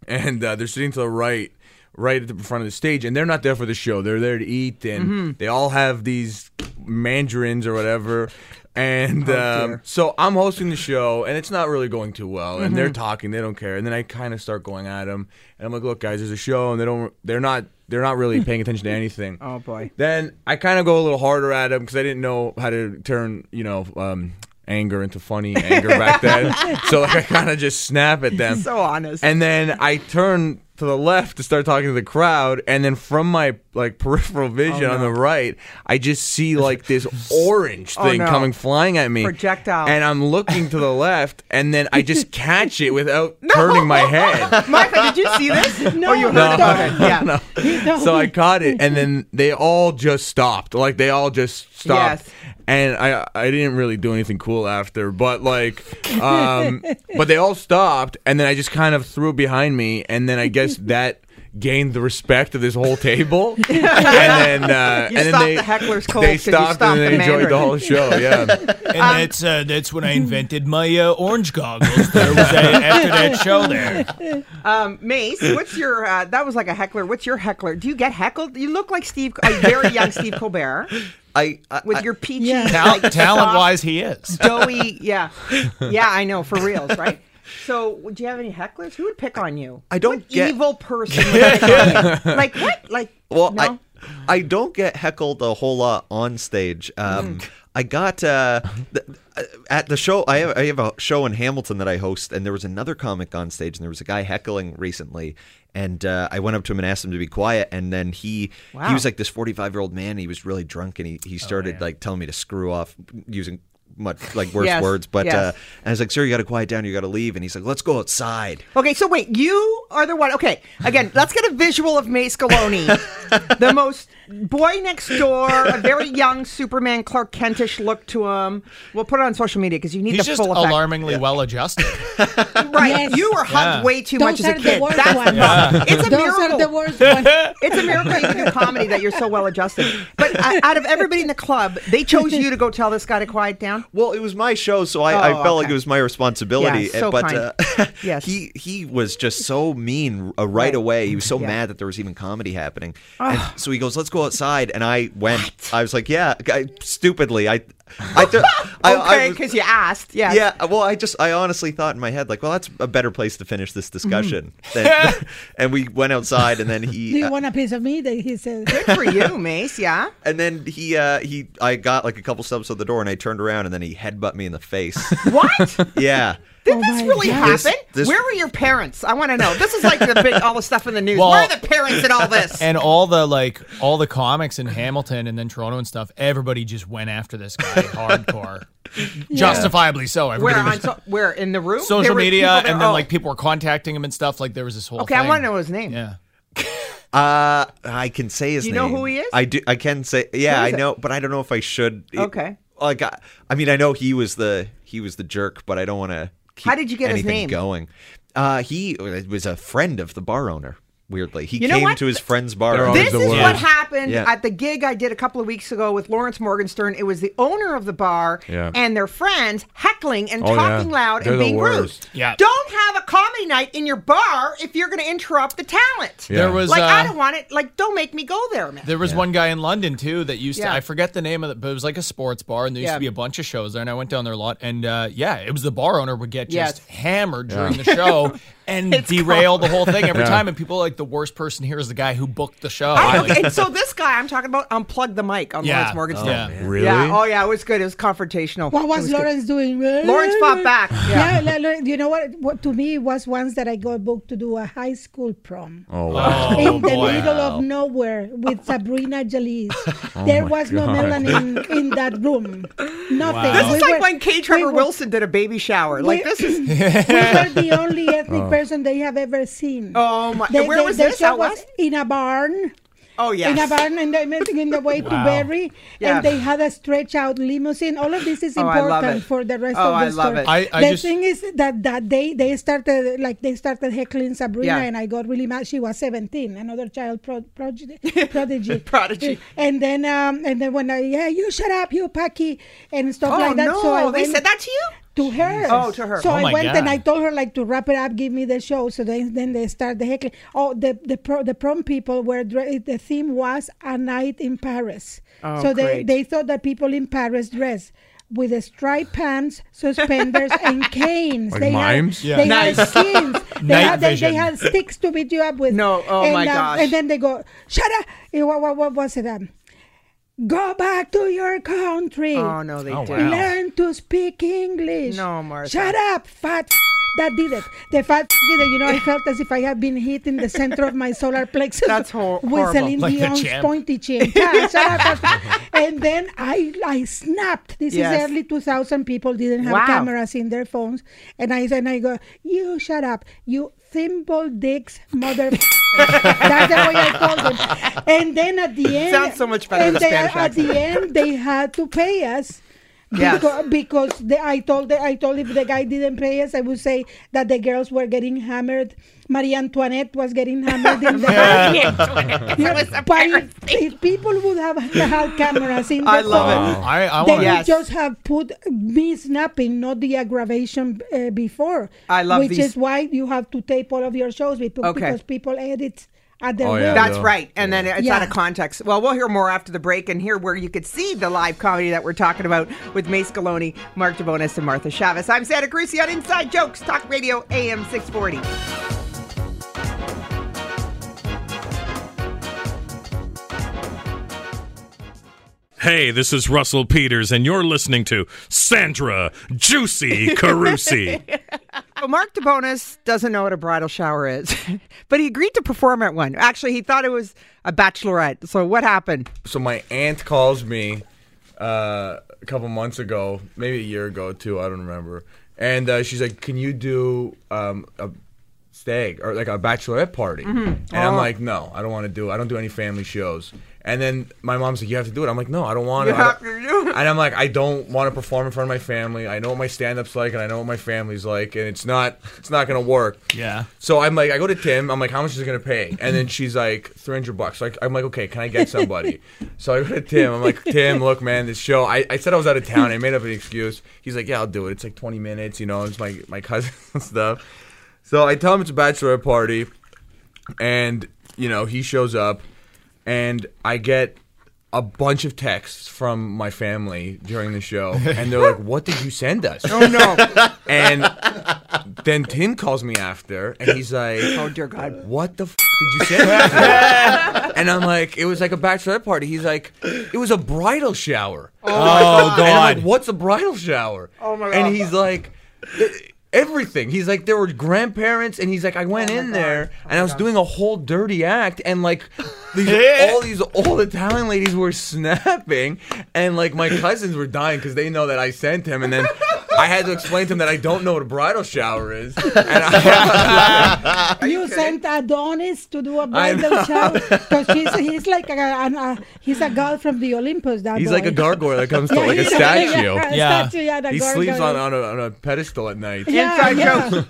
and uh, they're sitting to the right right at the front of the stage and they're not there for the show they're there to eat and Mm-hmm. Mhm. they all have these mandarins or whatever and Oh, um, dear. so i'm hosting the show and it's not really going too well and they're Mm-hmm. Mhm. talking they don't care and then i kind of start going at them and i'm like look guys there's a show and they don't they're not they're not really paying attention to anything *laughs* Oh boy. then I kind of go a little harder at him because I didn't know how to turn, you know, um, anger into funny anger *laughs* back then. so like, I kind of just snap at them. So honest. And then I turn to the left to start talking to the crowd, and then from my like peripheral vision Oh, on no. the right, I just see like this orange Oh, thing no. coming flying at me, Projectile. and I'm looking to the left, and then I just catch it without turning my head. Martha, did you see this? *laughs* No, you heard No. about it. Yeah. *laughs* No. *laughs* So I caught it, and then they all just stopped. Like they all just stopped, Yes. and I I didn't really do anything cool after, but like, *laughs* um, but they all stopped, and then I just kind of threw it behind me, and then *laughs* I guess that gained the respect of this whole table, and then uh, You and then stopped they the heckler's cold they 'cause you stopped, stopped and they the enjoyed the Mandarin. whole show. Yeah, And Um, that's uh, that's *laughs* when I invented my uh, orange goggles. There was a, after that show there. Um, Mace, what's your? Uh, that was like a heckler. What's your heckler? Do you get heckled? You look like Steve, a very young Steve Colbert, I, I with your peachy, Tal- like, talent wise, soft, he is doughy. Yeah, yeah, I know for reals, right? So, do you have any hecklers? Who would pick on you? I don't What get- evil *laughs* person. Would pick on *laughs* you? Like what? Like Well, no? I I don't get heckled a whole lot on stage. Mm. Um, I *laughs* got uh, th- uh, at the show. I have, I have a show in Hamilton that I host, and there was another comic on stage, and there was a guy heckling recently. And uh, I went up to him and asked him to be quiet, and then he Wow. he was like this forty five year old man. He was really drunk, and he Oh, he started like telling me to screw off using much like worse Yes, words. But yes. uh, and I was like, "Sir, you got to quiet down. You got to leave." And he's like, "Let's go outside." Okay, so wait, you are the one. Okay, again, let's get a visual of Mace Galone, the most boy next door, a very young Superman Clark Kentish look to him. We'll put it on social media because you need He's the just full effect. alarmingly well adjusted. Right, you were hugged Yeah. way too much Those as a are the kid. worst That's problem. ones. Yeah. It's a Those miracle. are the worst *laughs* It's a miracle you can do comedy that you're so well adjusted. But uh, out of everybody in the club, they chose you to go tell this guy to quiet down. Well, it was my show, so I, I Oh, felt like okay. it was my responsibility. Yeah, so but kind. Uh, *laughs* Yes. he he was just so mean uh, right away. He was so mad that there was even comedy happening. And so he goes, "Let's go outside," and I went. I was like, "Yeah," I, stupidly. I *laughs* I, th- I, I Okay, was- because you asked. Yes. yeah. Well, I just I honestly thought in my head like, well, that's a better place to finish this Mm-hmm. discussion. *laughs* than- *laughs* and we went outside, and then Do he uh, you want a piece of me? That he *laughs* said. Good for you, Mace. Yeah. and then he uh, he I got like a couple steps to the door, and I turned around, and then he headbutt me in *laughs* the face. What? yeah. Did Oh this really This- happen? this- Where were your parents? I want to know. This is like the big, all the stuff in the news. Well- Where are the parents in all this? *laughs* and all the like all the comics in Hamilton and then Toronto and stuff, everybody just went after this guy *laughs* hardcore. Justifiably so. Where Everybody on was so, where in the room? There social were media people there? and then Oh, like people were contacting him and stuff. Like there was this whole Okay, I thing. want to know his name. Yeah. Uh, I can say his You know name. who he is? I do. I can say. Yeah, Who I is it? know, but I don't know if I should. it- Okay. Like, I, I mean, I know he was the he was the jerk, but I don't want to. How did you get his anything name? Going. Uh, he was a friend of the bar owner. Weirdly, he You know came what? to his friend's bar. They're This is what happened Yeah. at the gig I did a couple of weeks ago with Lawrence Morgenstern. It was the owner of the bar Yeah. and their friends heckling and Oh, yeah. talking loud They're and the being worst. rude. Yeah. Don't have a comedy night in your bar if you're going to interrupt the talent. Yeah. There was, like I uh, don't want it. Like don't make me go there, man. There was one guy in London too that used Yeah. to I forget the name of it, but it was like a sports bar and there used Yeah. to be a bunch of shows there and I went down there a lot and uh, yeah, it was the bar owner would get Yes. just hammered Yeah. during the show and It's *laughs* derail called- the whole thing every Yeah. time and people were like the worst person here is the guy who booked the show. I Like- don't, and so this guy I'm talking about unplugged the mic on Yeah. Lawrence Morgenstern. Oh, *laughs* man. Yeah. Really? Oh yeah, it was good. It was confrontational. What It was good. Lawrence doing? Lawrence *laughs* fought back. Yeah, la- la- you know what, what? To me, it was once that I got booked to do a high school prom. Oh, wow. In the boy. middle of nowhere with Sabrina Jalise. *laughs* Oh, there my was no God. melanin in that *laughs* room. Nothing. This is We like were- when K. Trevor Wilson did a baby shower. like this is. *laughs* we were the only *laughs* ethnic Oh. person they have ever seen. Oh my! They- where they- was the this? show Out west? in a barn. Oh yes. In a barn, and they met in the way Wow. to Berry, Yeah. and they had a stretch out limousine. All of this is Oh, I love important it. for the rest Oh, of the I love story. it. I- I the just- thing is that that day they started like they started heckling Sabrina, Yeah. and I got really mad. She was seventeen, another child pro- *laughs* prodigy, prodigy, Prodigy. And then um, and then when I yeah, you shut up, you packy, and stuff Oh like that. no! so I they went- said that to you. to her. Oh, to her. So Oh I my went God. and I told her like to wrap it up, give me the show. So then then they start the heckling. Oh, the the pro, the prom people were dre- the theme was a night in Paris. Oh, so they great. they thought that people in Paris dress. With the striped pants, *laughs* suspenders, and canes. Like they mimes? Had, Yeah. They had Nice. skins. *laughs* They Night had, they, they vision. had sticks to beat you up with. No, oh and, my um, gosh. And then they go, shut up. Eh, What, what, what was it? Um, go back to your country. Oh, no, they Oh, did. wow. Learn to speak English. No, Martha. Shut up, fat. f- That did it. The fat f- did it. You know, I felt as if I had been hit in the center of my solar plexus. That's horrible. With horrible. Celine Like the Dion's champ. pointy chin. Yeah, shut up, fat *laughs* f- and then I, I snapped. This Yes. is early 2000. People didn't have Wow. cameras in their phones, and I and I go, you shut up, you thimble dicks, mother. *laughs* That's the way I called them. And then at the end, Sounds so much better and with a they- Spanish At the accent. end, they had to pay us. Yes. Because, because the, I told the, I told if the guy didn't pay us, I would say that the girls were getting hammered. Marie Antoinette was getting hammered *laughs* in the Marie Antoinette. That *laughs* was But if, if people would have had cameras in the I love it. phone, I- I they wanna- would Yes. just have put me snapping, not the aggravation uh, before. I love which these- is why you have to tape all of your shows because, Okay. because people edit at their will. That's right. And then it's Yeah. out of context. Well, we'll hear more after the break and hear where you could see the live comedy that we're talking about with Mace Galone, Mark DeBonis, and Martha Chavez. I'm Santa Cruz on Inside Jokes, Talk Radio AM 640. Hey, this is Russell Peters, and you're listening to Sandra Juicy Carusi. Well, Mark DeBonis doesn't know what a bridal shower is, *laughs* but he agreed to perform at one. Actually, he thought it was a bachelorette. So what happened? so my aunt calls me uh, a couple months ago, maybe a year ago too. I don't remember. And uh, she's like, "Can you do um, a stag or like a bachelorette party?" Mhm. And I'm Oh. like, "No, I don't want to do. I don't do any family shows." And then my mom's like, "You have to do it." I'm like, "No, I don't want You to." have *laughs* And I'm like, "I don't want to perform in front of my family. I know what my stand-ups like, and I know what my family's like, and it's not. It's not gonna work." Yeah. So I'm like, I go to Tim. I'm like, how much is it gonna pay? And then she's like, three hundred bucks. Like I'm like, okay, can I get somebody? so I go to Tim. I'm like, Tim, look, man, this show. I, I said I was out of town. I made up an excuse. He's like, yeah, I'll do it. It's like twenty minutes, you know. It's my my cousin and *laughs* stuff. So I tell him it's a bachelorette party, and you know he shows up, and I get a bunch of texts from my family during the show, and they're like, "What did you send us?" Oh, no. And then Tim calls me after, and he's like, Oh, dear God. What the f- did you send us?" and I'm like, "It was like a bachelorette party." He's like, "It was a bridal shower." Oh, my God. *laughs* And I'm like, What's a bridal shower? Oh, my God. And he's like. Everything. He's like, there were grandparents, and he's like, I Oh went in there, and I was doing a whole dirty act, and like, *laughs* these, all these old Italian ladies were snapping, and like my cousins were dying because they know that I sent him, and then I had to explain to him that I don't know what a bridal shower is. And *laughs* I, you sent Adonis to do a I bridal know. shower *laughs* because he's, he's like a, an uh he's a god from the Olympus. That *laughs* he's boy. like a gargoyle that comes *laughs* to Yeah, like a he's like a- statue. yeah, *laughs* a Yeah. statue, yeah, the he sleeps on, gargoyle. on, a, on a pedestal at night. Yeah, Inside yeah.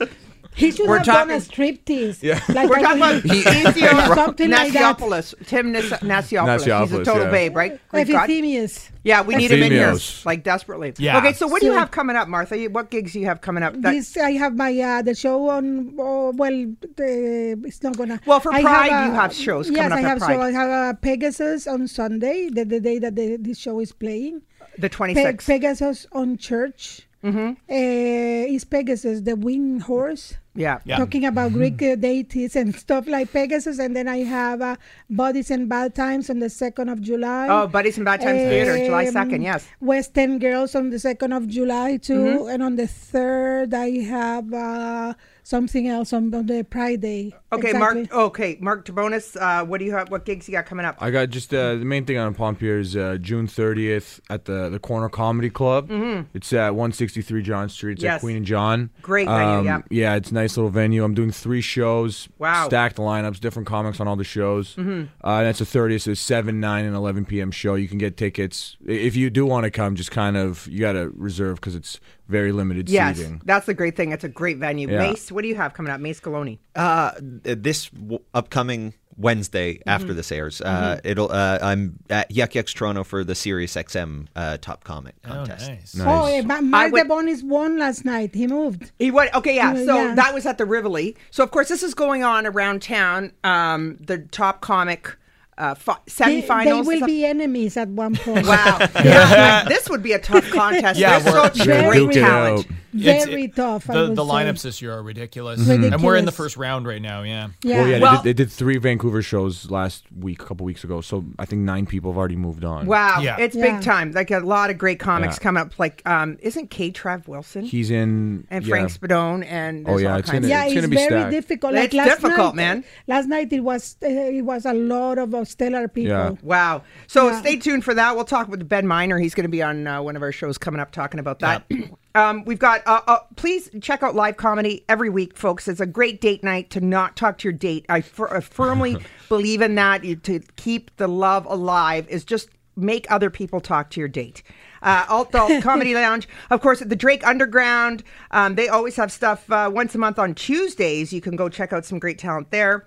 He should We're have talking- done a striptease. Yeah. Like We're I talking *laughs* about would- Ethiopia, something like that. Nasiopoulos. Tim Nas- Nasiopoulos. He's a Nasiopoulos, total yeah. babe, right? Greek Oh god. Epithemis. Yeah, we need him in here, Epithemis. like desperately. Yeah. Okay, so what do you So- have coming up, Martha? You- What gigs do you have coming up? That- This I have my uh, the show on. Oh, well, uh, it's not gonna. Well, for I Pride, you have shows coming Yes, up I at have. Pride. So I have uh, Pegasus on Sunday, the, the day that the, this show is playing. the Pe- 26th. Eh, Pegasus on Church. Mm-hmm. Uh, is Pegasus the winged horse? Yeah. Mm-hmm. Yeah. Talking about Greek uh, deities and *laughs* stuff like Pegasus. And then I have uh, Bodies and Bad Times on the 2nd of July. Oh, Buddies and Bad Times Theater, July 2nd, yes. West End Girls on the 2nd of July, too. Mhm. And on the 3rd, I have uh, something else on, on the Pride Day. Okay, Exactly. Mark. oh, Okay, Mark Tabonis. Uh, what do you have? What gigs you got coming up? I got just uh, the main thing on Pomp here is uh, June 30th at the the Corner Comedy Club. Mhm. It's at 163 John Street. It's Yes. at Queen and John. Um, Great venue, yeah. Yeah, it's a nice little venue. I'm doing three shows. Wow. Stacked lineups, different comics on all the shows. Mhm. Uh, that's the 30th, so it's 7, 9, and 11 p.m. show. You can get tickets. I- If you do want to come, just kind of, you got to reserve because it's very limited Yes, seating. that's the great thing. It's a great venue. Yeah. Mace, what do you have coming up? Mace Galoni. Uh, this w- upcoming Wednesday Mm-hmm. after this airs, uh, Mhm. it'll uh, I'm at Yuck Yucks Toronto for the Sirius XM uh, Top Comic contest. Oh, yeah, Ma- Mark Debonis won last night. He moved. He went. Okay, yeah. Yeah, So Uh, yeah. that was at the Rivoli. So of course this is going on around town. Um, the top comic uh, fi- They, semifinals. they and will stuff. be enemies at one *laughs* point. *laughs* Wow. Yeah, this would be a tough contest. Yeah, There's we're- such Very great duked it talent. out. Very tough. I The, would uh, the say. lineups this year are ridiculous. Mhm. and we're in the Ridiculous. first round right now. Yeah. Well, Oh, yeah, they, did, they did three Vancouver shows last week, a couple weeks ago. So I think nine people have already moved on. Wow, it's Yeah. big time. Like a lot of great comics Yeah. come up. Like, um, isn't K. Trav Wilson? He's in and yeah. Frank Spadone and Oh, there's yeah, all it's kinds. gonna- yeah, it's it's, gonna be very stacked. difficult. It's difficult, night, man. Last night it was uh, it was a lot of uh, stellar people. Yeah. Wow. So stay tuned for that. We'll talk with Ben Miner. He's going to be on uh, one of our shows coming up talking about that. *clears throat* um, we've got, uh, uh, please check out live comedy every week, folks. It's a great date night to not talk to your date. I fir- I firmly believe in that. You, to keep the love alive is just make other people talk to your date. Uh, Alt Adult Comedy Lounge, of course, at the Drake Underground. Um, they always have stuff uh, once a month on Tuesdays. You can go check out some great talent there.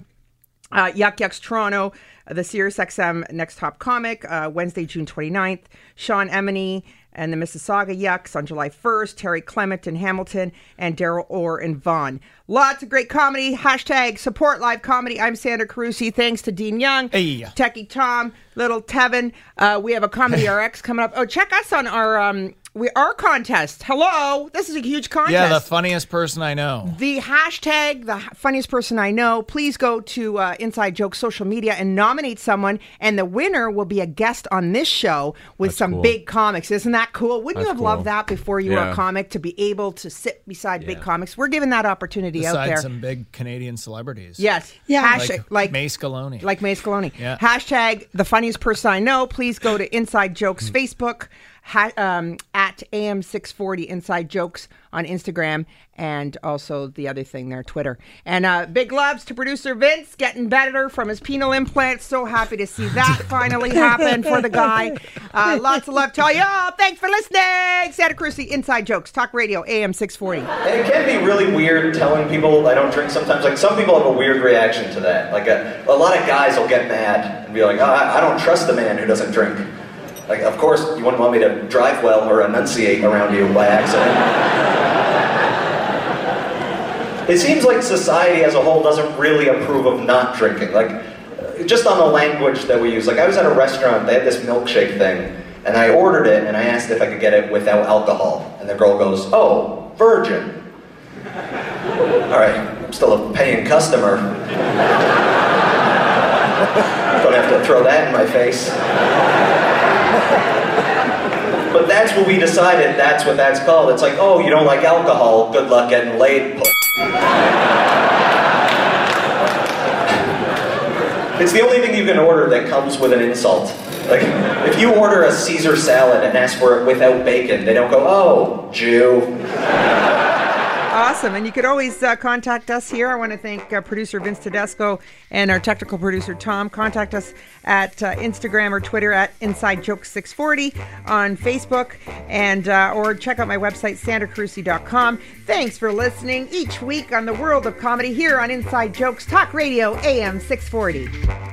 Uh, Yuck Yucks Toronto, uh, the Sirius XM Next Top Comic, uh, Wednesday, June 29th. Sean Emini and the Mississauga Yucks on July 1st. Terry Clement in Hamilton and Daryl Orr in Vaughan. Lots of great comedy. Hashtag support live comedy. I'm Sandra Carusi. Thanks to Dean Young, Techie Tom, Little Tevin. Uh, we have a *laughs* Comedy RX coming up. Oh, check us on our um, we our contest. Hello. This is a huge contest Yeah, the funniest person I know. the hashtag the funniest person i know please go to uh, inside joke social media and nominate someone and the winner will be a guest on this show with some cool. big comics isn't that cool wouldn't you That's have loved cool. that before you were Yeah. a comic to be able to sit beside big comics we're given that opportunity out Besides there some big Canadian celebrities. Yes. Yeah. Hash- Like, like- May Scaloni. like Mace Coloni. Yeah. Hashtag the funniest person I know. Please go to Inside Jokes Facebook ha- um, at AM640 Inside Jokes on Instagram and also the other thing there, Twitter. And uh, big loves to producer Vince getting better from his penal implant. So happy to see that finally happen for the guy. Uh, lots of love to all y'all. Thanks for listening. Santa Cruz, the Inside Jokes, Talk Radio, AM640. It can be really weird telling people I don't drink sometimes. Like, some people have a weird reaction to that. Like, a, a lot of guys will get mad and be like, "Oh, I, I don't trust the man who doesn't drink. Like, of course, you wouldn't want me to drive well or enunciate around you by accident. it seems like society as a whole doesn't really approve of not drinking. Like, uh, just on the language that we use. Like, I was at a restaurant, they had this milkshake thing, and I ordered it, and I asked if I could get it without alcohol. And the girl goes, Oh, virgin. All right, I'm still a paying customer. Don't have to throw that in my face. But that's what we decided. That's what that's called. It's like, oh, you don't like alcohol. Good luck getting laid. p-." It's the only thing you can order that comes with an insult. Like, if you order a Caesar salad and ask for it without bacon, they don't go, oh, Jew. Awesome. And you could always uh, contact us here. I want to thank uh, producer Vince Tedesco and our technical producer Tom. Contact us at uh, Instagram or Twitter at Inside Jokes 640 on Facebook and uh, or check out my website, sandracarusi.com. Thanks for listening each week on the world of comedy here on Inside Jokes Talk Radio AM 640.